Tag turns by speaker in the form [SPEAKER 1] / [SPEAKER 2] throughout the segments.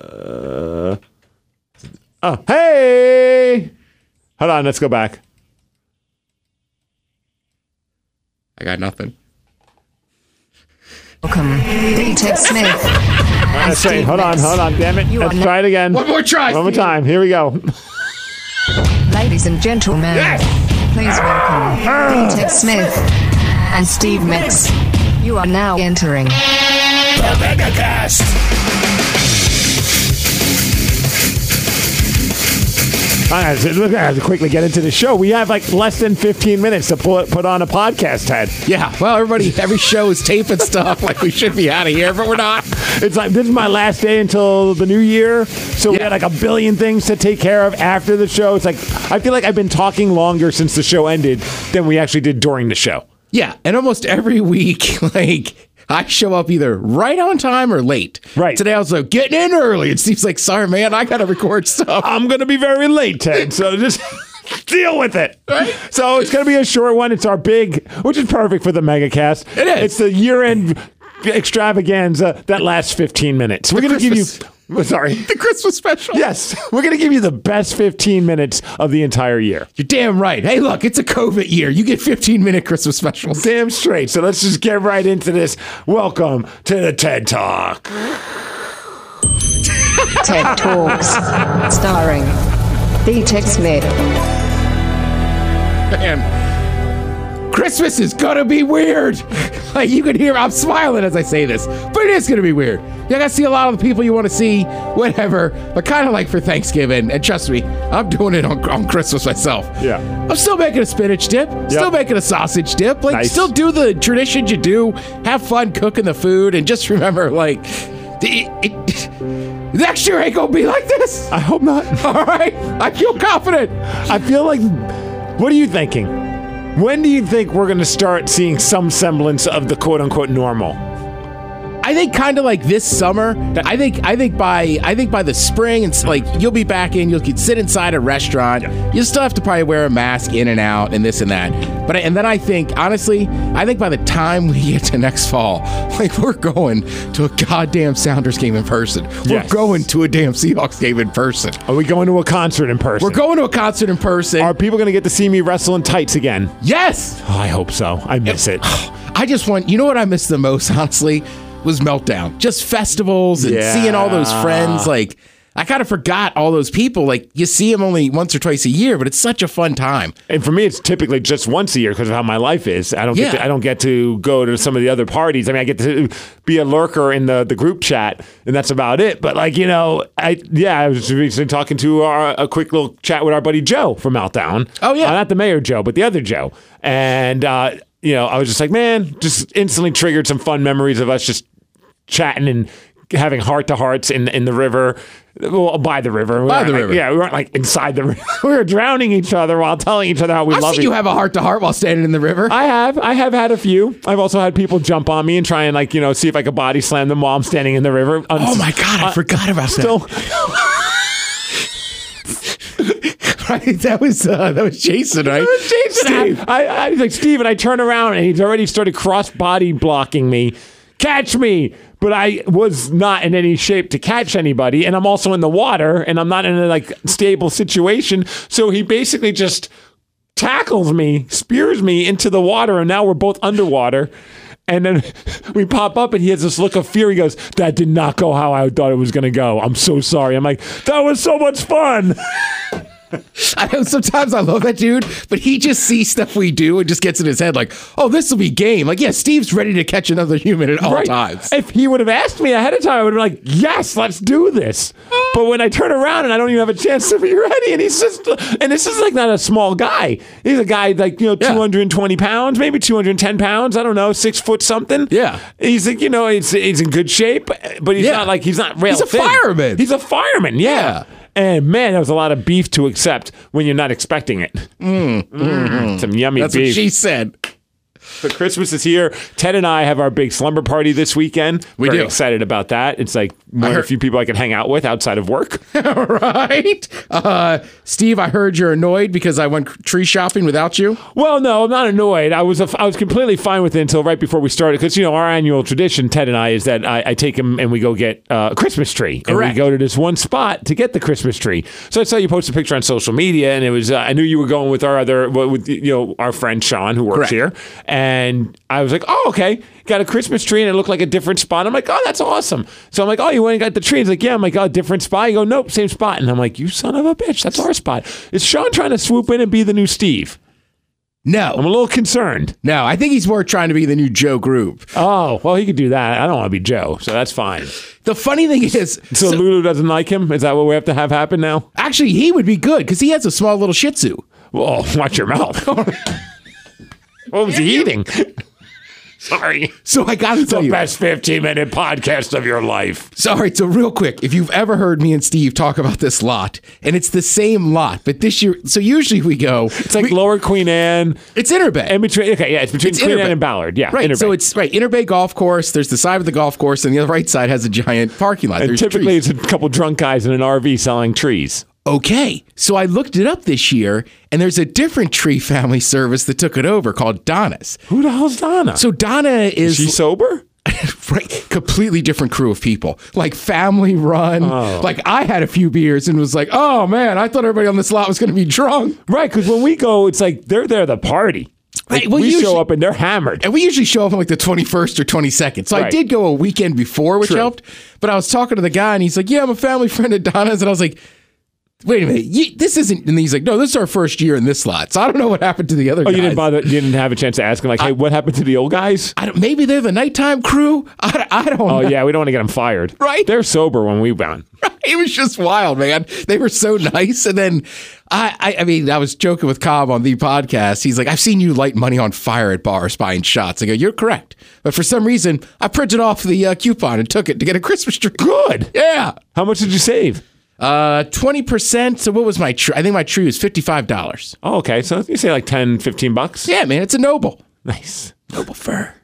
[SPEAKER 1] Uh, oh, hey! Hold on, let's go back.
[SPEAKER 2] I got nothing.
[SPEAKER 3] Welcome, Big Tech Smith.
[SPEAKER 1] All right, let's try.
[SPEAKER 3] Steve
[SPEAKER 1] Hold on,
[SPEAKER 3] Metz.
[SPEAKER 1] hold on, damn it.
[SPEAKER 3] You
[SPEAKER 1] Let's
[SPEAKER 3] are
[SPEAKER 1] try it again.
[SPEAKER 2] One more try.
[SPEAKER 1] One more
[SPEAKER 2] Steve.
[SPEAKER 1] time. Here we go.
[SPEAKER 3] Ladies and gentlemen, please welcome Big Tech Smith and Steve Metz. You are now entering
[SPEAKER 1] All right, so look, I have to quickly get into the show. We have like less than 15 minutes to pull put on a podcast head.
[SPEAKER 2] Yeah. Well, everybody, every show is tape and stuff. Like we should be out of here, but we're not.
[SPEAKER 1] It's like this is my last day until the new year, so we
[SPEAKER 2] Yeah.
[SPEAKER 1] had like a billion things to take care of after the show. It's like I feel like I've been talking longer since the show ended than we actually did during the show.
[SPEAKER 2] Yeah, and almost every week, like I show up either right on time or late.
[SPEAKER 1] Right.
[SPEAKER 2] Today I was like getting in early. It seems like sorry, man, I gotta record stuff.
[SPEAKER 1] I'm gonna be very late, Ted. So just deal with it.
[SPEAKER 2] Right.
[SPEAKER 1] So it's gonna be a short one. It's our big, which is perfect for the megacast.
[SPEAKER 2] It is.
[SPEAKER 1] It's the year-end extravaganza that lasts 15 minutes. We're
[SPEAKER 2] The
[SPEAKER 1] gonna
[SPEAKER 2] Christmas-
[SPEAKER 1] give you. Sorry.
[SPEAKER 2] The Christmas special.
[SPEAKER 1] Yes, we're gonna give you the best 15 minutes of the entire year.
[SPEAKER 2] You're damn right. Hey, look, it's a COVID year. You get 15 minute Christmas specials.
[SPEAKER 1] Damn straight. So let's just get right into this. Welcome to the TED Talk.
[SPEAKER 3] TED Talks, starring Big Tech Smith.
[SPEAKER 2] Man. Christmas is gonna be weird. Like you can hear I'm smiling as I say this, but it is gonna be weird. You're gonna see a lot of the people you wanna see, whatever, but kind of like for Thanksgiving. And trust me, I'm doing it on, on Christmas myself.
[SPEAKER 1] Yeah.
[SPEAKER 2] I'm still making a spinach dip, still making a sausage dip. Like,
[SPEAKER 1] Nice.
[SPEAKER 2] still do the tradition you do. Have fun cooking the food, and just remember, like, it, it, next year ain't gonna be like this.
[SPEAKER 1] I hope not.
[SPEAKER 2] All right, I feel confident.
[SPEAKER 1] I feel like. What are you thinking? When do you think we're going to start seeing some semblance of the quote unquote normal?
[SPEAKER 2] I think kind of like this summer. I think I think by I think by the spring, it's like you'll be back in. You'll sit inside a restaurant. You'll still have to probably wear a mask in and out and this and that. But I- and then I think honestly, I think by the time we get to next fall, like we're going to a goddamn Sounders game in person. We're
[SPEAKER 1] Yes.
[SPEAKER 2] going to a damn Seahawks game in person.
[SPEAKER 1] Are we going to a concert in person?
[SPEAKER 2] We're going to a concert in person.
[SPEAKER 1] Are people going to get to see me wrestle in tights again?
[SPEAKER 2] yes.
[SPEAKER 1] Oh, I hope so. I miss it.
[SPEAKER 2] I just want you know what I miss the most, honestly, was meltdown. Just festivals and
[SPEAKER 1] Yeah.
[SPEAKER 2] seeing all those friends. Like I kind of forgot all those people. Like you see them only once or twice a year, but it's such a fun time.
[SPEAKER 1] And for me, it's typically just once a year because of how my life is. I don't get
[SPEAKER 2] Yeah.
[SPEAKER 1] to, I don't get to go to some of the other parties. I mean, I get to be a lurker in the, the group chat, and that's about it. But like you know, I yeah, I was just recently talking to our, a quick little chat with our buddy Joe from Meltdown.
[SPEAKER 2] Oh, yeah.
[SPEAKER 1] Uh, not the mayor Joe, but the other Joe. And uh, you know, I was just like, man, just instantly triggered some fun memories of us just chatting and. Having heart to hearts in in the river, well, by the river, We
[SPEAKER 2] By the
[SPEAKER 1] weren't, like-
[SPEAKER 2] river.
[SPEAKER 1] yeah, we weren't like inside the river. we were drowning each other while telling each other how we
[SPEAKER 2] I've
[SPEAKER 1] love
[SPEAKER 2] seen
[SPEAKER 1] each-
[SPEAKER 2] you have a heart to heart while standing in the river.
[SPEAKER 1] I have. I have had a few. I've also had people jump on me and try and like you know see if I could body slam them while I'm standing in the river. Un-
[SPEAKER 2] oh my god, I
[SPEAKER 1] uh,
[SPEAKER 2] forgot about
[SPEAKER 1] Still,
[SPEAKER 2] that. Right? That was uh, that was Jason, right?
[SPEAKER 1] Jason,
[SPEAKER 2] Steve.
[SPEAKER 1] I, I, I was like Steve, and I turn around and he's already started cross body blocking me. Catch me! But I was not in any shape to catch anybody, and I'm also in the water, and I'm not in a like stable situation. So he basically just tackles me, spears me into the water, and now we're both underwater. And then we pop up, and he has this look of fear. He goes, "That did not go how I thought it was going to go. I'm so sorry." I'm like, "That was so much fun."
[SPEAKER 2] I know sometimes I love that dude, but he just sees stuff we do and just gets in his head like, oh, this will be game. Like, yeah, Steve's ready to catch another human at all
[SPEAKER 1] Right.
[SPEAKER 2] times.
[SPEAKER 1] If he would have asked me ahead of time, I would have been like, yes, let's do this. But when I turn around and I don't even have a chance to be ready, and he's just, and this is like not a small guy. He's a guy like, you know,
[SPEAKER 2] Yeah.
[SPEAKER 1] 220 pounds, maybe 210 pounds. I don't know, six foot something.
[SPEAKER 2] Yeah.
[SPEAKER 1] He's like, you know, he's, he's in good shape, but he's
[SPEAKER 2] Yeah.
[SPEAKER 1] not like, he's not real
[SPEAKER 2] He's a
[SPEAKER 1] thin.
[SPEAKER 2] fireman.
[SPEAKER 1] He's a fireman. Yeah.
[SPEAKER 2] Yeah.
[SPEAKER 1] And man, that was a lot of beef to accept when you're not expecting it. Mm. Some yummy
[SPEAKER 2] That's
[SPEAKER 1] beef.
[SPEAKER 2] what she said.
[SPEAKER 1] So Christmas is here. Ted and I have our big slumber party this weekend.
[SPEAKER 2] We
[SPEAKER 1] Very
[SPEAKER 2] do.
[SPEAKER 1] excited about that. It's like one of
[SPEAKER 2] heard-
[SPEAKER 1] the few people I can hang out with outside of work.
[SPEAKER 2] right? Uh, Steve, I heard you're annoyed because I went tree shopping without you.
[SPEAKER 1] Well, no, I'm not annoyed. I was a, I was completely fine with it until right before we started because you know our annual tradition, Ted and I, is that I, I take him and we go get uh, a Christmas tree, and
[SPEAKER 2] Correct.
[SPEAKER 1] we go to this one spot to get the Christmas tree. So I saw you post a picture on social media, and it was uh, I knew you were going with our other with you know our friend Sean who works
[SPEAKER 2] Correct.
[SPEAKER 1] here, and I was like, oh okay, got a Christmas tree, and it looked like a different spot. I'm like, oh that's awesome. So I'm like, oh you went and got the tree. He's like, yeah. I'm like, oh different spot. You go, nope, same spot. And I'm like, you son of a bitch, that's our spot. Is Sean trying to swoop in and be the new Steve? I'm a
[SPEAKER 2] No,
[SPEAKER 1] little concerned.
[SPEAKER 2] no, I think he's more trying to be the new Joe Group.
[SPEAKER 1] Oh, well, he could do that. I don't want to be Joe, so that's fine. So,
[SPEAKER 2] The funny thing is,
[SPEAKER 1] Lulu doesn't like him? Is that what we have to have happen now?
[SPEAKER 2] actually, he would be good because he has a small little Shih Tzu.
[SPEAKER 1] Well, Oh, watch your mouth. what was he eating? Sorry.
[SPEAKER 2] So I got to tell
[SPEAKER 1] The
[SPEAKER 2] you.
[SPEAKER 1] best 15 minute podcast of your life.
[SPEAKER 2] Sorry, so real quick, if you've ever heard me and Steve talk about this lot, and it's the same lot, but this year, so usually we go,
[SPEAKER 1] It's like
[SPEAKER 2] we-
[SPEAKER 1] Lower Queen Anne.
[SPEAKER 2] it's Interbay.
[SPEAKER 1] And between, okay, yeah, it's between Queen
[SPEAKER 2] Interbay.
[SPEAKER 1] Anne and Ballard. Yeah,
[SPEAKER 2] Right.
[SPEAKER 1] Interbay.
[SPEAKER 2] So it's right. Interbay Golf Course. There's the side of the golf course, and the other right side has a giant parking lot.
[SPEAKER 1] and
[SPEAKER 2] There's
[SPEAKER 1] typically
[SPEAKER 2] trees.
[SPEAKER 1] it's a couple drunk guys in an RV selling trees.
[SPEAKER 2] okay. So I looked it up this year, and there's a different tree family service that took it over called Donna's.
[SPEAKER 1] Who the hell's Donna?
[SPEAKER 2] So Donna is
[SPEAKER 1] She's sober?
[SPEAKER 2] right, completely different crew of people, like family run.
[SPEAKER 1] Oh.
[SPEAKER 2] Like I had a few beers and was like, oh man, I thought everybody on this lot was going to be drunk.
[SPEAKER 1] Right, because when we go, it's like they're there the party. Like,
[SPEAKER 2] Hey, well,
[SPEAKER 1] we
[SPEAKER 2] usually-
[SPEAKER 1] show up and they're hammered.
[SPEAKER 2] And we usually show up on like the 21st or 22nd. So I
[SPEAKER 1] Right.
[SPEAKER 2] did go a weekend before, which
[SPEAKER 1] True.
[SPEAKER 2] helped. But I was talking to the guy and he's like, Yeah, I'm a family friend of Donna's. And I was like, Wait a minute, you, this isn't. And he's like, No, this is our first year in this lot. So I don't know what happened to the other
[SPEAKER 1] Oh,
[SPEAKER 2] guys.
[SPEAKER 1] you didn't bother. You didn't have a chance to ask him, like, "Hey, what happened to the old guys?"
[SPEAKER 2] I don't, maybe they're the nighttime crew. I, don't- I don't
[SPEAKER 1] Oh
[SPEAKER 2] know.
[SPEAKER 1] yeah, we don't want to get them fired.
[SPEAKER 2] Right.
[SPEAKER 1] They're sober when we went.
[SPEAKER 2] It was just wild, man. They were so nice. And then I, I, I mean, I was joking with Cobb on the podcast. He's like, I've seen you light money on fire at bars buying shots. I go, You're correct. But for some reason, I printed off the uh, coupon and took it to get a Christmas tree.
[SPEAKER 1] Good.
[SPEAKER 2] Yeah.
[SPEAKER 1] How much did you save?
[SPEAKER 2] Uh, 20%. So what was my tree? I think my tree was $55.
[SPEAKER 1] Oh, okay. So you say like 10, 15 bucks.
[SPEAKER 2] Yeah, man, it's a noble.
[SPEAKER 1] Nice.
[SPEAKER 2] Noble fur.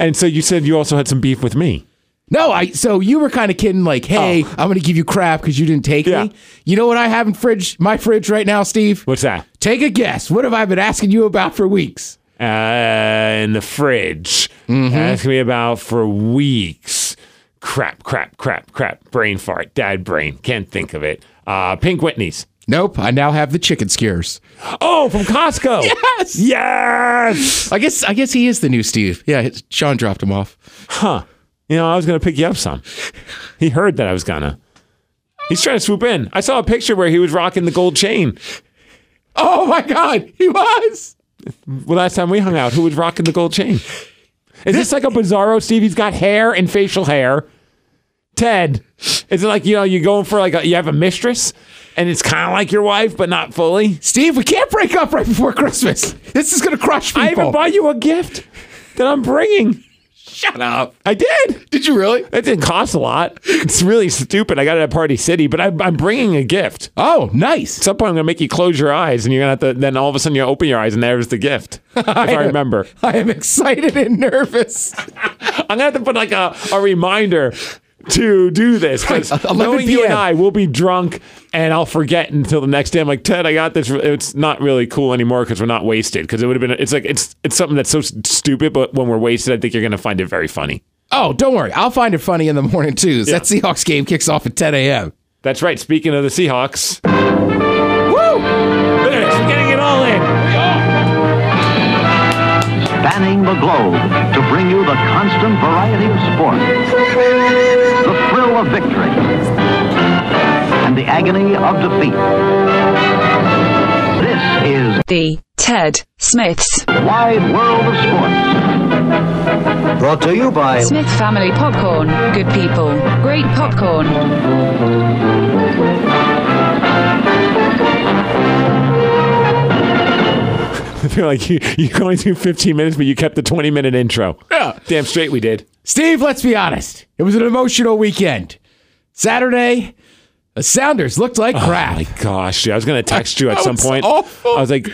[SPEAKER 1] And so you said you also had some beef with me.
[SPEAKER 2] No, I so you were kind of kidding, like, hey, I'm gonna give you crap because you didn't take
[SPEAKER 1] Oh. Yeah.
[SPEAKER 2] me. You know what I have in fridge my fridge right now, Steve?
[SPEAKER 1] What's that?
[SPEAKER 2] Take a guess. What have I been asking you about for weeks?
[SPEAKER 1] Uh, in the fridge. Asking me about for weeks. Crap, crap, crap, crap. Brain fart. Dad brain. Can't think of it. Uh, Pink Whitney's.
[SPEAKER 2] Nope, I now have the chicken skewers.
[SPEAKER 1] Oh, from Costco.
[SPEAKER 2] Yes!
[SPEAKER 1] Yes.
[SPEAKER 2] I guess I guess he is the new Steve. Yeah, it's- Sean dropped him off.
[SPEAKER 1] huh, you know, I was going to pick you up some. He heard that I was going to. He's trying to swoop in. I saw a picture where he was rocking the gold chain.
[SPEAKER 2] Oh my god, he was.
[SPEAKER 1] Well, last time we hung out, who was rocking the gold chain? Is this like a bizarro Steve? He's got hair and facial hair. Ted, is it like, you know, you're going for like a, you have a mistress and it's kind of like your wife, but not fully?
[SPEAKER 2] Steve, we can't break up right before Christmas. This is gonna crush people.
[SPEAKER 1] I even bought you a gift that I'm bringing.
[SPEAKER 2] Shut up.
[SPEAKER 1] I did.
[SPEAKER 2] Did you really?
[SPEAKER 1] That didn't cost a lot. It's really stupid. I got it at Party City, but I, I'm bringing a gift.
[SPEAKER 2] Oh, nice.
[SPEAKER 1] At some point, I'm gonna make you close your eyes, and you're gonna have to. Then all of a sudden, you open your eyes, and there's the gift. If I remember,
[SPEAKER 2] I am excited and nervous.
[SPEAKER 1] I'm gonna have to put like a, a reminder to do this because
[SPEAKER 2] Right, 11
[SPEAKER 1] knowing you and
[SPEAKER 2] PM.
[SPEAKER 1] I will be drunk, and I'll forget until the next day. I'm like Ted, I got this. It's not really cool anymore because we're not wasted. Because it would have been. It's like it's it's something that's so s- stupid, but when we're wasted, I think you're gonna find it very funny.
[SPEAKER 2] Oh, don't worry. I'll find it funny in the morning too. That Seahawks game kicks off at 10 a.m.
[SPEAKER 1] That's right. Speaking of the Seahawks,
[SPEAKER 2] Woo!
[SPEAKER 1] there it is. We're getting it all in.
[SPEAKER 4] spanning the globe to bring you the constant variety of sport, the thrill of victory, and the agony of defeat. This is
[SPEAKER 5] The Ted Smiths
[SPEAKER 4] Wide World of Sports. Brought to you by
[SPEAKER 5] Smith Family Popcorn. Good people, great popcorn.
[SPEAKER 1] I feel like you you only do 15 minutes, but you kept the 20 minute intro.
[SPEAKER 2] Yeah.
[SPEAKER 1] Damn straight we did.
[SPEAKER 2] Steve, let's be honest. It was an emotional weekend. Saturday, The Sounders looked like crap.
[SPEAKER 1] My gosh, yeah, I was going to text you at
[SPEAKER 2] That
[SPEAKER 1] some
[SPEAKER 2] was
[SPEAKER 1] point.
[SPEAKER 2] awful.
[SPEAKER 1] I Ah. was like,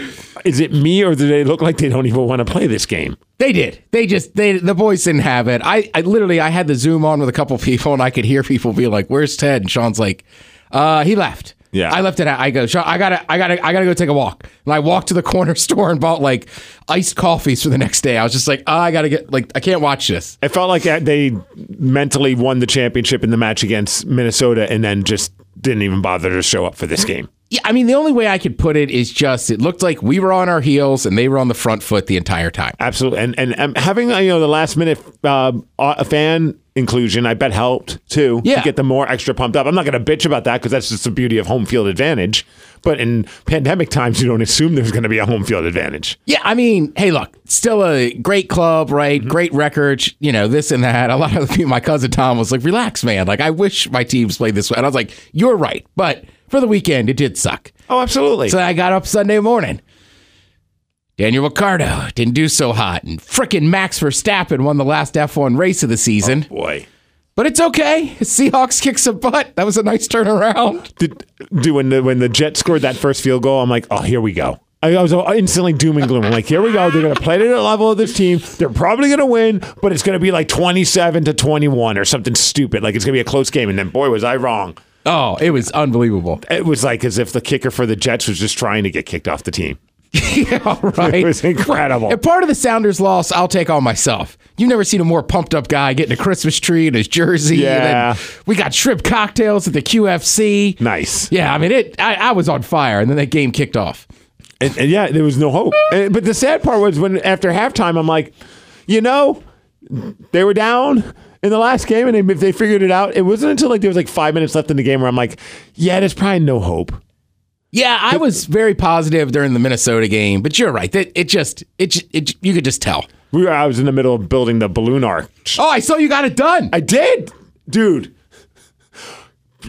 [SPEAKER 1] is it me or do they look like they don't even want to play this game?
[SPEAKER 2] They did. They just they the boys didn't have it. I, I literally I had the Zoom on with a couple people and I could hear people be like, "Where's Ted?" And Sean's like, "Uh, he left."
[SPEAKER 1] Yeah.
[SPEAKER 2] I left it. out. I go, Sean. I gotta, I gotta, I gotta go take a walk. And I walked to the corner store and bought like iced coffees for the next day. I was just like, oh, I gotta get, like, I can't watch this.
[SPEAKER 1] It felt like they mentally won the championship in the match against Minnesota and then just didn't even bother to show up for this game.
[SPEAKER 2] Yeah, I mean, the only way I could put it is just it looked like we were on our heels and they were on the front foot the entire time.
[SPEAKER 1] Absolutely, and and um, having uh, you know the last minute uh, a fan inclusion, I bet helped too.
[SPEAKER 2] Yeah.
[SPEAKER 1] to get them more extra pumped up. I'm not going to bitch about that because that's just the beauty of home field advantage. But in pandemic times, you don't assume there's going to be a home field advantage.
[SPEAKER 2] Yeah, I mean, hey, look, still a great club, right? Great record, you know, this and that. A lot of the people, my cousin Tom was like, relax, man. Like, I wish my teams played this way. And I was like, you're right. But for the weekend, it did suck.
[SPEAKER 1] Oh, absolutely.
[SPEAKER 2] So I got up Sunday morning. Daniel Ricciardo didn't do so hot. And frickin' Max Verstappen won the last F1 race of the season.
[SPEAKER 1] Boy,
[SPEAKER 2] But it's okay. Seahawks kick some butt. That was a nice turnaround.
[SPEAKER 1] Did, do when the when the Jets scored that first field goal, I'm like, oh, here we go. I I was instantly doom and gloom. I'm like, here we go. They're going to play to the level of this team. They're probably going to win, but it's going to be like 27 to 21 or something stupid. Like it's going to be a close game. And then, boy, was I wrong.
[SPEAKER 2] Oh, it was unbelievable.
[SPEAKER 1] It was like as if the kicker for the Jets was just trying to get kicked off the team.
[SPEAKER 2] yeah, right.
[SPEAKER 1] It was incredible.
[SPEAKER 2] And part of the Sounders loss, I'll take on myself. You've never seen a more pumped up guy getting a Christmas tree in his jersey.
[SPEAKER 1] Yeah.
[SPEAKER 2] And then we got shrimp cocktails at the QFC.
[SPEAKER 1] Nice.
[SPEAKER 2] Yeah, I mean it. I, I was on fire, and then that game kicked off.
[SPEAKER 1] And, and yeah, there was no hope. And- but the sad part was when after halftime, I'm like, you know, they were down in the last game, and they, if they figured it out, it wasn't until like there was like five minutes left in the game where I'm like, yeah, there's probably no hope.
[SPEAKER 2] Yeah, I was very positive during the Minnesota game, but you're right. That it just it, j- it j- you could just tell.
[SPEAKER 1] We were, I was in the middle of building the balloon arch.
[SPEAKER 2] Oh, I saw you got it done.
[SPEAKER 1] I did, dude.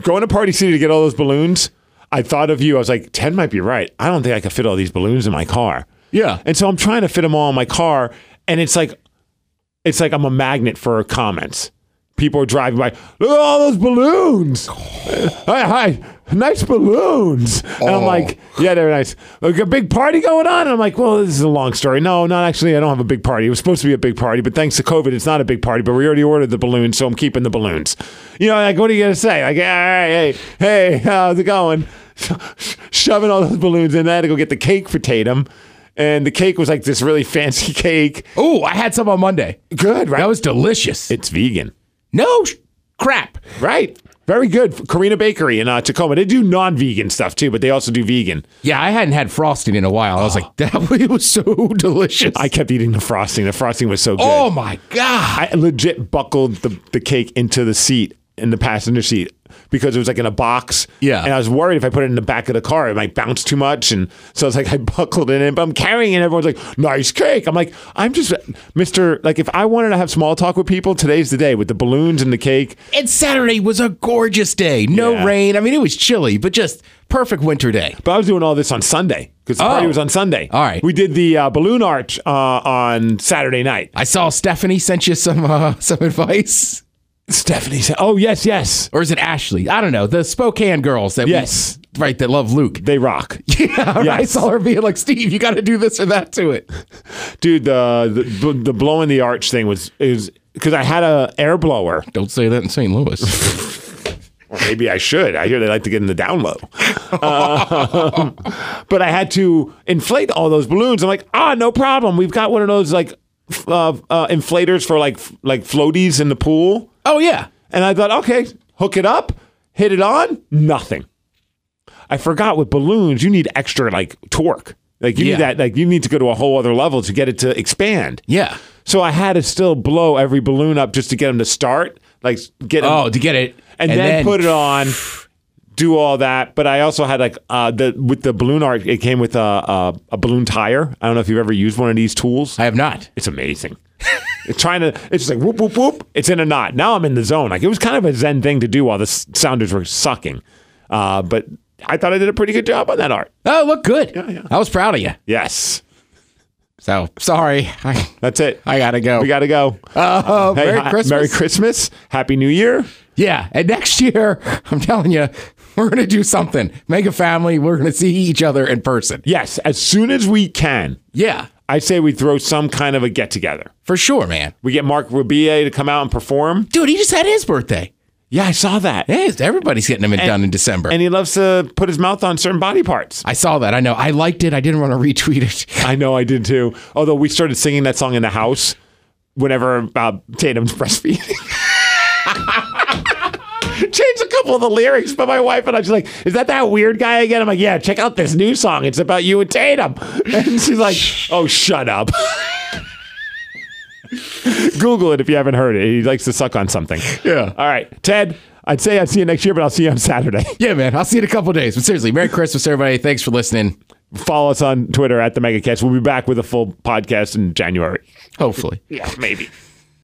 [SPEAKER 1] Going to Party City to get all those balloons. I thought of you. I was like, 10 might be right. I don't think I could fit all these balloons in my car.
[SPEAKER 2] Yeah.
[SPEAKER 1] And so I'm trying to fit them all in my car. And it's like, it's like I'm a magnet for comments. People are driving by. Look at all those balloons. hi, hi, nice balloons. And I'm
[SPEAKER 2] Oh.
[SPEAKER 1] like, yeah, they're nice. Like a big party going on. And I'm like, well, this is a long story. No, not actually. I don't have a big party. It was supposed to be a big party, but thanks to COVID, it's not a big party. But we already ordered the balloons, so I'm keeping the balloons. You know, like, what are you gonna say? Like, all right, hey, hey, how's it going? Shoving all those balloons in. I had to go get the cake for Tatum. And the cake was like this really fancy cake.
[SPEAKER 2] Oh, I had some on Monday.
[SPEAKER 1] Good, right?
[SPEAKER 2] That was delicious.
[SPEAKER 1] it's vegan.
[SPEAKER 2] no sh- crap.
[SPEAKER 1] Right. Very good. Karina Bakery in uh, Tacoma. They do non vegan stuff too, but they also do vegan.
[SPEAKER 2] Yeah, I hadn't had frosting in a while. I was like, that it was so delicious.
[SPEAKER 1] I kept eating the frosting. The frosting was so good.
[SPEAKER 2] oh my god.
[SPEAKER 1] I legit buckled the, the cake into the seat in the passenger seat because it was like in a box.
[SPEAKER 2] Yeah.
[SPEAKER 1] And I was worried if I put it in the back of the car, it might bounce too much. And so I was like, I buckled it in, but I'm carrying it. Everyone's like, nice cake. I'm like, I'm just, Mr. Like, if I wanted to have small talk with people, today's the day with the balloons and the cake.
[SPEAKER 2] And Saturday was a gorgeous day. No
[SPEAKER 1] Yeah.
[SPEAKER 2] rain. I mean, it was chilly, but just perfect winter day.
[SPEAKER 1] But I was doing all this on Sunday because the
[SPEAKER 2] Oh.
[SPEAKER 1] party was on Sunday.
[SPEAKER 2] All right.
[SPEAKER 1] We did the uh, balloon arch uh, on Saturday night.
[SPEAKER 2] I saw Stephanie sent you some uh, some advice,
[SPEAKER 1] Stephanie said, "Oh yes, yes,
[SPEAKER 2] or is it Ashley? I don't know. The Spokane girls that we-
[SPEAKER 1] Yes.
[SPEAKER 2] right that love Luke.
[SPEAKER 1] they rock,
[SPEAKER 2] Yeah, right. I
[SPEAKER 1] Yes.
[SPEAKER 2] saw her being like, Steve, you got to do this or that to it.
[SPEAKER 1] dude." The the, the blowing the arch thing was is because I had a air blower.
[SPEAKER 2] Don't say that in St. Louis.
[SPEAKER 1] Or maybe I should. I hear they like to get in the down low. Um, but I had to inflate all those balloons. I'm like, ah, no problem. We've got one of those like f- uh, uh, inflators for like f- like floaties in the pool.
[SPEAKER 2] oh yeah,
[SPEAKER 1] And I thought, okay, hook it up, hit it on, nothing. I forgot with balloons, you need extra like torque. Like you
[SPEAKER 2] Yeah.
[SPEAKER 1] need that, like you need to go to a whole other level to get it to expand.
[SPEAKER 2] yeah.
[SPEAKER 1] So I had to still blow every balloon up just to get them to start, like get 'em-
[SPEAKER 2] Oh, to get it
[SPEAKER 1] and, then, put it on, do all that. But I also had like uh, the with the balloon art, it came with a, a a balloon tire. I don't know if you've ever used one of these tools.
[SPEAKER 2] I have not.
[SPEAKER 1] It's amazing. it's trying to. It's just like whoop whoop whoop. It's in a knot. Now I'm in the zone. Like it was kind of a zen thing to do while the S- Sounders were sucking, uh, but I thought I did a pretty good job on that art.
[SPEAKER 2] Oh, it looked good.
[SPEAKER 1] yeah.
[SPEAKER 2] I was proud of you.
[SPEAKER 1] Yes,
[SPEAKER 2] So sorry, I,
[SPEAKER 1] that's it.
[SPEAKER 2] I gotta go.
[SPEAKER 1] We gotta go.
[SPEAKER 2] Uh,
[SPEAKER 1] Hey,
[SPEAKER 2] Merry
[SPEAKER 1] hi-
[SPEAKER 2] Christmas.
[SPEAKER 1] Merry Christmas. Happy New Year.
[SPEAKER 2] Yeah, and next year, I'm telling you, We're going to do something. Make a family. We're going to see each other in person.
[SPEAKER 1] Yes, as soon as we can,
[SPEAKER 2] Yeah,
[SPEAKER 1] I say we throw some kind of a get together.
[SPEAKER 2] for sure, man.
[SPEAKER 1] We get Mark Rubie to come out and perform.
[SPEAKER 2] Dude, he just had his birthday.
[SPEAKER 1] Yeah, I saw that.
[SPEAKER 2] Yeah, everybody's getting him done in December.
[SPEAKER 1] And he loves to put his mouth on certain body parts.
[SPEAKER 2] I saw that. I know. I liked it. I didn't want to retweet it.
[SPEAKER 1] I know I did too. Although we started singing that song in the house whenever uh, Tatum's breastfeeding. Changed a couple of the lyrics, but my wife and I she's like, "Is that that weird guy again?" I'm like, "Yeah, check out this new song. It's about you and Tatum." And she's like, "Oh, shut up." Google it if you haven't heard it. He likes to suck on something.
[SPEAKER 2] Yeah.
[SPEAKER 1] All right, Ted. I'd say I'd see you next year, but I'll see you on Saturday.
[SPEAKER 2] Yeah, man. I'll see you in a couple days. But seriously, Merry Christmas, everybody. Thanks for listening.
[SPEAKER 1] Follow us on Twitter at the MegaCast. We'll be back with a full podcast in January.
[SPEAKER 2] Hopefully.
[SPEAKER 1] Yeah, maybe.